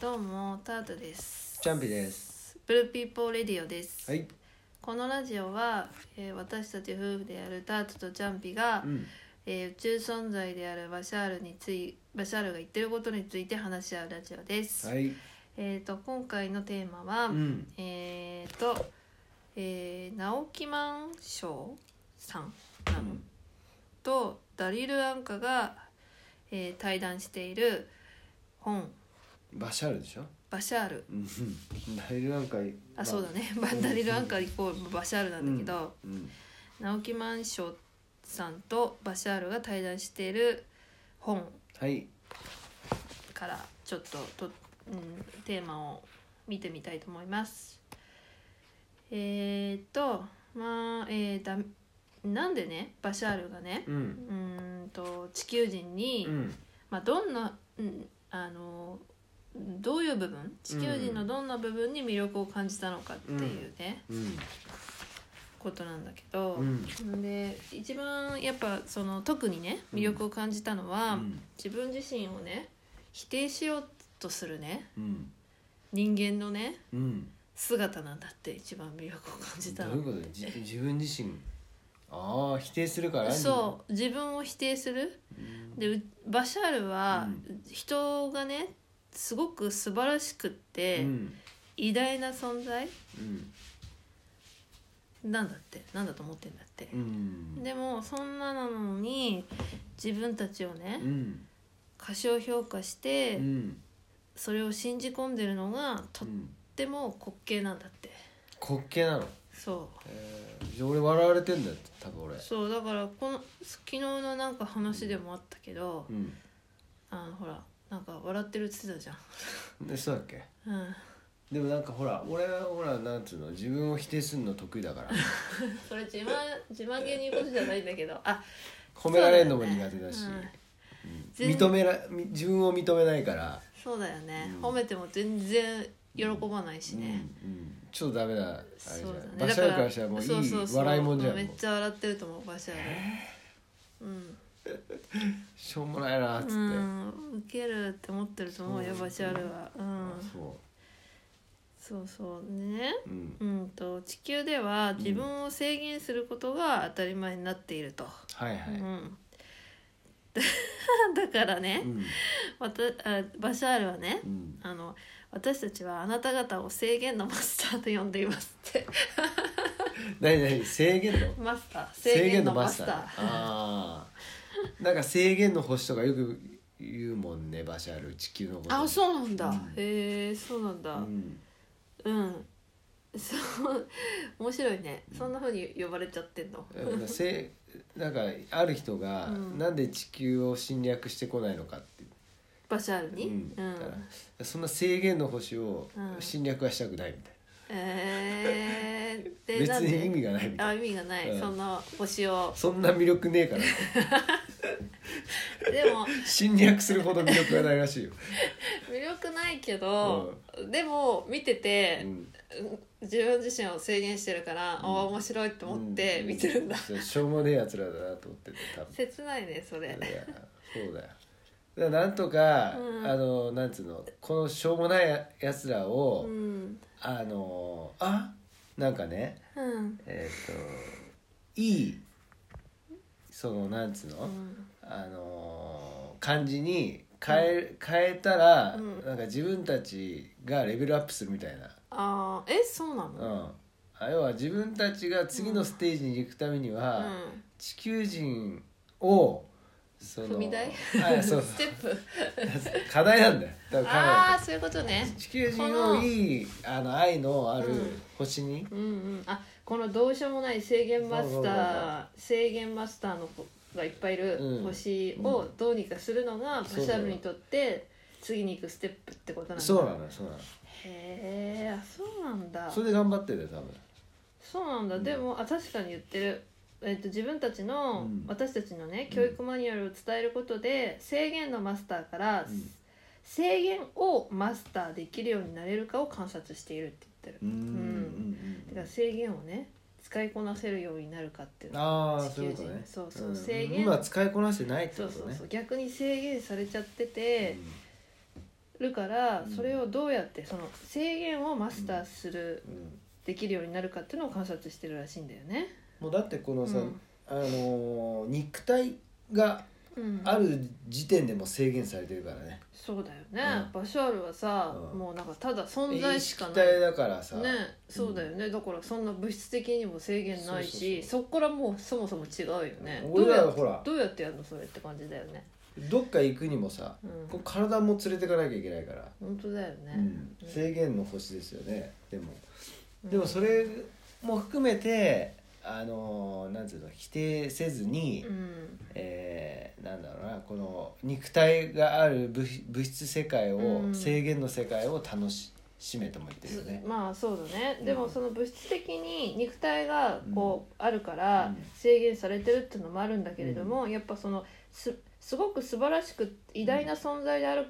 どうもタートですチャンピです。ブルーピーポーレディオです、はい。このラジオは、えー私たち夫婦であるタートとチャンピが、うん。えー宇宙存在であるバシャールについバシャールが言ってることについて話し合うラジオです、はい。えー、と今回のテーマは、うん。えー、と、えー、直木マン賞さんなの、とダリル・アンカが、えー対談している本バシャールでしょ。 「バシャール」うん。ダイルなんか。あ、そうだ。ね バンダリル・アンカーイコールバシャールなんだけど、うん。直木マンションさんとバシャールが対談している本はい。からちょっとと、うん、テーマを見てみたいと思います。えー、っとまあえー、だなんでねバシャールがねう。うんーんと地球人に、うん。まあ、どんな、うん、あのどういう部分地球人のどんな部分に魅力を感じたのかっていうね、うん。ことなんだけど、うん。で一番やっぱその特にねうん魅力を感じたのは、うん自分自身をね否定しようとするねうん。人間のねうん。姿なんだって一番魅力を感じたどういうこと、じ、自分自身。ああ、否定するから。そう自分を否定するうん。でうバシャールはう人がねすごく素晴らしくっうて、ん。偉大な存在うん。なんだってなんだと思ってんだってう、ん。でもそんななのに自分たちをね、うん。過小評価して、うん。それを信じ込んでるのがとうっん。ても滑稽なんだって滑稽なの。そええ俺笑われてんだよ。多分う俺。そうだからこの昨日のなんか話でもあったけど、うん。あのほらなんか笑ってるって言ってたじで、そうだっけ。ゃん、うん、でもなんかほら俺はほらなんつうの自分を否定するの得意だからそれ自慢自慢げに言うことじゃないんだけどあ褒められるのも苦手だしそうだよねうん認めらみ自分を認めないから、そうだよね、うん褒めても全然喜ばないしうんうね、ん、ちょっとダメだあれじゃそん、うだバねシャールからしたらもういいそうそうそう笑いもんじゃんめっもうちゃ笑ってると思うバシャール、うんしょうもないなっつって、うん、受けるって思ってると思うよそうバシャールは、うんあ、そそうそうねううんうんと地球では自分を制限することが当たり前になっていると、はいはうい、ん、 だからね、うんわたあバシャールはねうん、あの私たちはあなた方を制限のマスターと呼んでいますって 何何制限のマスター制限のマスター制限のマスああなんか制限の星とかよく言うもんねバシャール地球のこタとーあそうなんだ、うんへえそうなんだうんうん、そう面白いねそんな風に呼ばれちゃってんのせなんかある人が、うんなんで地球を侵略してこないのかってバシャールに、うんうんだからそんな制限の星をうん侵略はしたくないみたいえー、でな、なん別でに意味がないみたいなあ意味がない、うんその推しを そんな魅力ねえからでも侵略するほど魅力がないら しいよ、魅力ないけど、でも見てうて、ん、自分自身を制限してるから、あ面白いと思って見てるんだ、うしょうもねえやつらだなと思ってて多分切ないねそれいやそうだよだからなんとか、うんあのなんつうのこのしょうもないややつらを、うんあのあなんかねうんえっ、といいそのなんつうの、うんあのー感じに変え,、変えたら、うんなんか自分たちがレベルアップするみたいな、あーえそうなうのん、あ要は自分たちが次のステージに行くためには、地球人をその踏み台、あそううんス テップ課題なんだよ多分課題ああそういうことね地球人をいいあの愛のあるうん星に、うんうんあこのどうしようもない制限マスター制限マスターの子がいっぱいいるうん星をどうにかするのがバシそうだよャールにとって次に行くステップってことなんだそうなのよそうなのよへえあそうなんだそれで頑張ってるよ多分そうなんだ、うんでもあ確かに言ってる、えっと自分たちの、うん私たちのねうん教育マニュアルを伝えることで、制限のマスターから、うん制限をマスターできるようになれるかを観察しているって言ってる、うんうんだから制限をね使いこなせるようになるかっていうああ地球人そういうことねそうそうん制限今使いこなしてないってそこうそとうねそう逆に制限されちゃってて、るからうんそれをどうやってその制限をマスターする、うんできるようになるかっていうのを観察してるらしいんだよね。もうだってこのさ、うんあのー肉体がうん、ある時点でもう制限されてるからね、そうだよね、うんバシャールはさ、うんもうなんかただ存在意し識かない体だからさ、ねそうだよね、だからそんな物質的にも制限ないしそそこからもうそもそも違うよねど俺らうやはほらどうやってやるのそれって感じだよね、どっか行くにもさうん、こう体も連れてかなきゃいけないから、本当だよね、うん制限の星ですよねでもうんでもそれも含めてあのーなんていうの否定せずに、うんえーなんだろうなこの肉体がある物物質世界を、うん制限の世界を楽ししめとも言ってるよね。まあそうだね、うんでもその物質的に肉体がこうあるかうらん制限されてるっていうのもあるんだけれども、やっぱそのすすごく素晴らしく偉大な存在である,、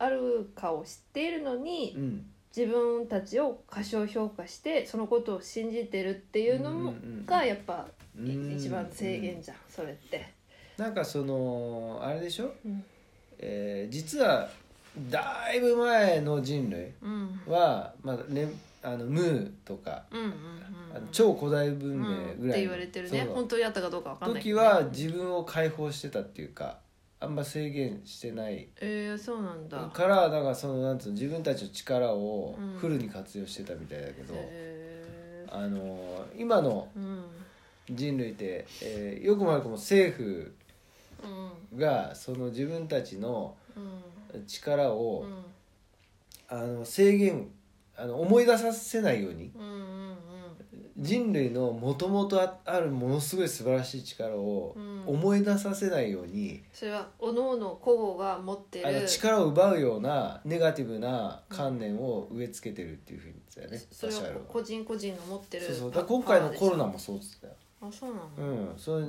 あるかを知っているのにうん、自分たちを過小評価してそのことを信じてるっていうのも、うんうんうんがやっぱうん一番制限じゃん、それって。なんかそのあれでしょ、うんえー実はだいぶ前の人類うんは、まあ、ね、あのムーとか、うんうんあうのん超古代文明うんぐっらてい言のわれてるねそう本当にあったかどうかわかんないけ時どは自分を解放してたっていうかあんま制限してないえー、そうなんだからだからそのなんつうの自分たちの力をうんフルに活用してたみたいだけど、へあの今のーうん人類って、えーよくも悪くも政府うんがその自分たちのうん力うを、んあの制限あの思い出させないようにうんうん人類のもともとあるものすごい素晴らしい力をうんうん思い出させないように、それはおのおの個々が持ってあのる力を奪うようなネガティブな観念を植え付けてるっていうふうに言ってたよね、それバシャーはルは個人個人の持ってるそうそうパだから今回のコロパナもそうっつったよ、ワーでしょあそうなのうんそうう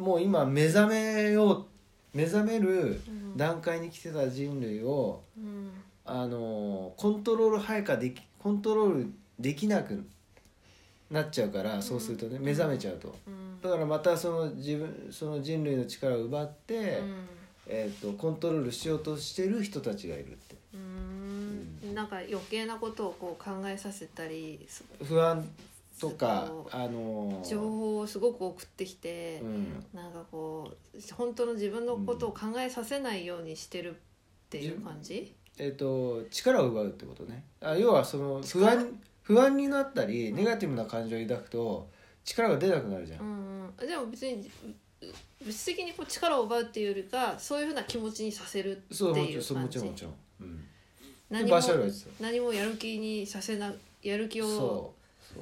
んもう今目覚めよう目覚めるうん段階に来てた人類を、うんあのーコントロール配下できコントロールできなくなっちゃうからそうするとね、うん目覚めちゃうとうんだからまたその自分その人類の力を奪って、えー、とコントロールしようとしてる人たちがいるってうんうんなんか余計なことをこう考えさせたりそ不安とかそうあのー情報をすごく送ってきてう、ん、なんかこう本当の自分のことを考えさせないようにしてるっていう感じ、えっ、と力を奪うってことねあ要はその不安不安になったりうんネガティブな感情を抱くと力が出なくなるじゃん、うんうん、でも別にう物質的にこう力を奪うっていうよりかそういうふうな気持ちにさせるってそうもいちろんうそうも感じちろんもちろん、うん、何もでバシャールは言ってた何もやる気にさせなやる気をそうそ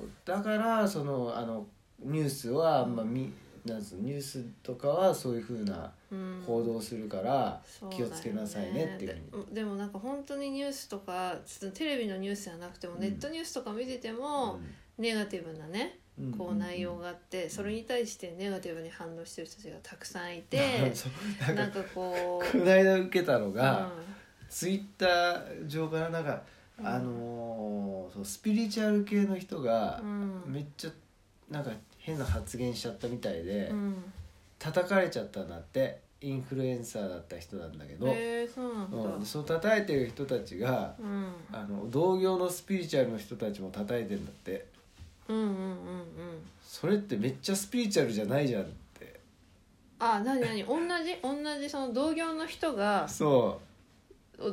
うだからそのあのニュースは、まあ、みなんつうのニュースとかはそういうふうなうん報道をするから、そう気をつけなさいねっていうだよねででもなんか本当にニュースとかちょっとテレビのニュースじゃなくてもうんネットニュースとか見ててもネガティブなねうんこう内容ががあってそれに対してネガティブに反応してる人たちがたくさんい て そうななんんかかこうこの間受けたのが、うツイッター上からなんか、うんあのーそうスピリチュアル系の人がんうんめっちゃなんか変な発言しちゃったみたいで、うん叩かれちゃったんだってインフルエンサーだった人なんだけど、へえそうなんだうん、その叩いてる人たちがうんあの同業のスピリチュアルの人たちも叩いてんだってうんうんうんうんそれってめっちゃスピリチュアルじゃないじゃんってあ何何同じ同じその同業の人がそ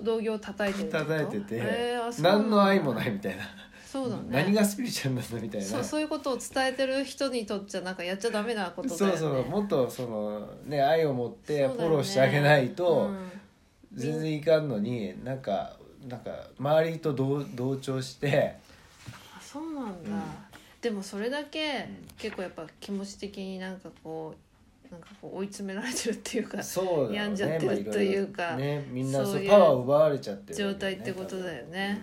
同業を叩いてるうってこと叩いてて、へえあそうなんだ何の愛もないみたいな、そうだね何がスピリチュアルなんだみたいなそうそういうことを伝えてる人にとっちゃなんかやっちゃダメなことだよねそうそうもっとそのね愛を持っそてうフだよォねローしてあげないうとん全然いかんのになんかなんか周りと同同調してあそうなんだ、うんでもそれだけうん結構やっぱ気持ち的になんかこうなんかこう追い詰められてるっていうかそうだよ病んじゃっねてるまあろろというかねみんなそうそいううパワーを奪われちゃってる状態ってことだよね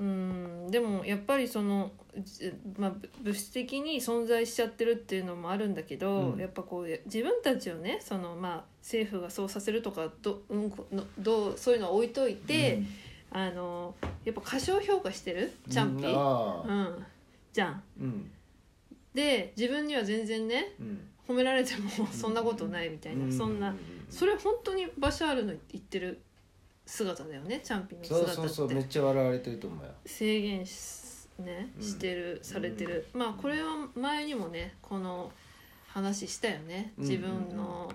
うんでもやっぱりその、じまあ、ぶ物質的に存在しちゃってるっていうのもあるんだけど、うんやっぱこうえ自分たちをねその、まあ、政府がそうさせるとかど,、うん、このどうそういうのは置いといて、あのやっぱ過小評価してるチャンピ、うーん、じゃん。うんで自分には全然ねうん褒められ てもそんなことないみたいな、うそんなそれ本当にバシャールの言ってる姿だよねチャンピンのそう姿ってそうそうめっちゃ笑われてると思うよ制限し,、ね、うんしてる、されてるまあこれは前にもねこの話したよねうん自分の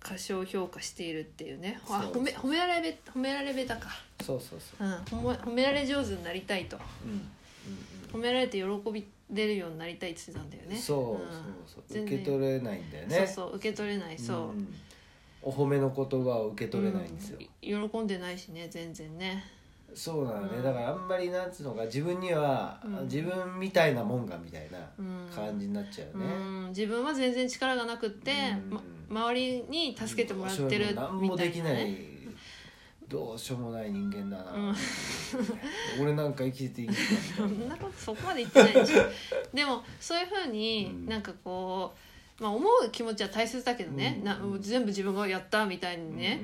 過小評価しているっていうね、あそ褒うめ褒められべ褒められべたか、そうそうそううん、褒め褒められ上手になりたいとうん褒められて喜び出るようになりたいって言ってたんだようんうんねそんうそうそう全受然け取れないんだよねそうそう受け取れないそう、んお褒めの言葉を受け取れないんですよ、うん喜んでないしね全然ねそうなのね、うんだからあんまりなんつうのか自分には、うん自分みたいなもんがみたいなうん感じになっちゃうよね、うん自分は全然力がなくって、うんま、周りに助けてもらってるみたいな、何もできないどうしようもない人間だな、うん 俺なんか生きてていいんだそんなことそこまで言ってないでし ょでもそういうふううんになんかこう、まあ、思う気持ちは大切だけどね、うんな全部自分がやったみたいにね、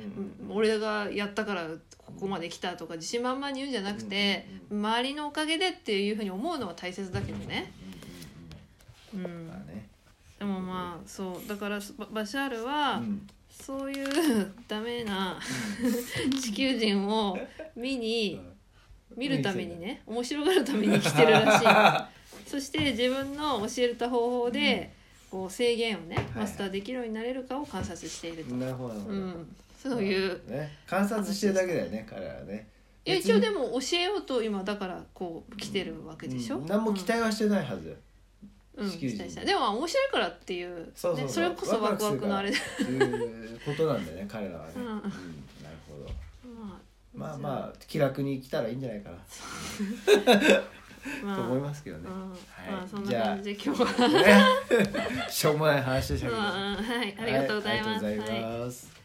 うん俺がやったからここまで来たとか自信満々に言うんじゃなくて、う周りのおかげでっていうふうに思うのは大切だけどね。うんうんうんうんまあねでもまあそうだからババシャールは、うんそういう ダメな地球人を見に見るためにね面白がるために来てる らしいそして自分の教えた方法で、こう制限をねいマスターできるようになれるかを観察していると、なるほどなるほうど、ん、そういうね、観察してるだけだよね彼らはねいや一応でもも教えようと今だからこう来てるわけでしょ、何も期待はしてないはずよ、うん、うん地球人期待したでも面白いからっていう,、ね、そうそうそうれこそワクワクのあれでっていうことなんだよね彼らはね、うんなるほどままあまあ気楽に生きたらいいんじゃないかなあまあと思いますけどね、うんはいまあそんなじゃあ感じで今日はね しょうもない話でしたけど、うんうんはい、ありがとうございます。はいありがとうはいございます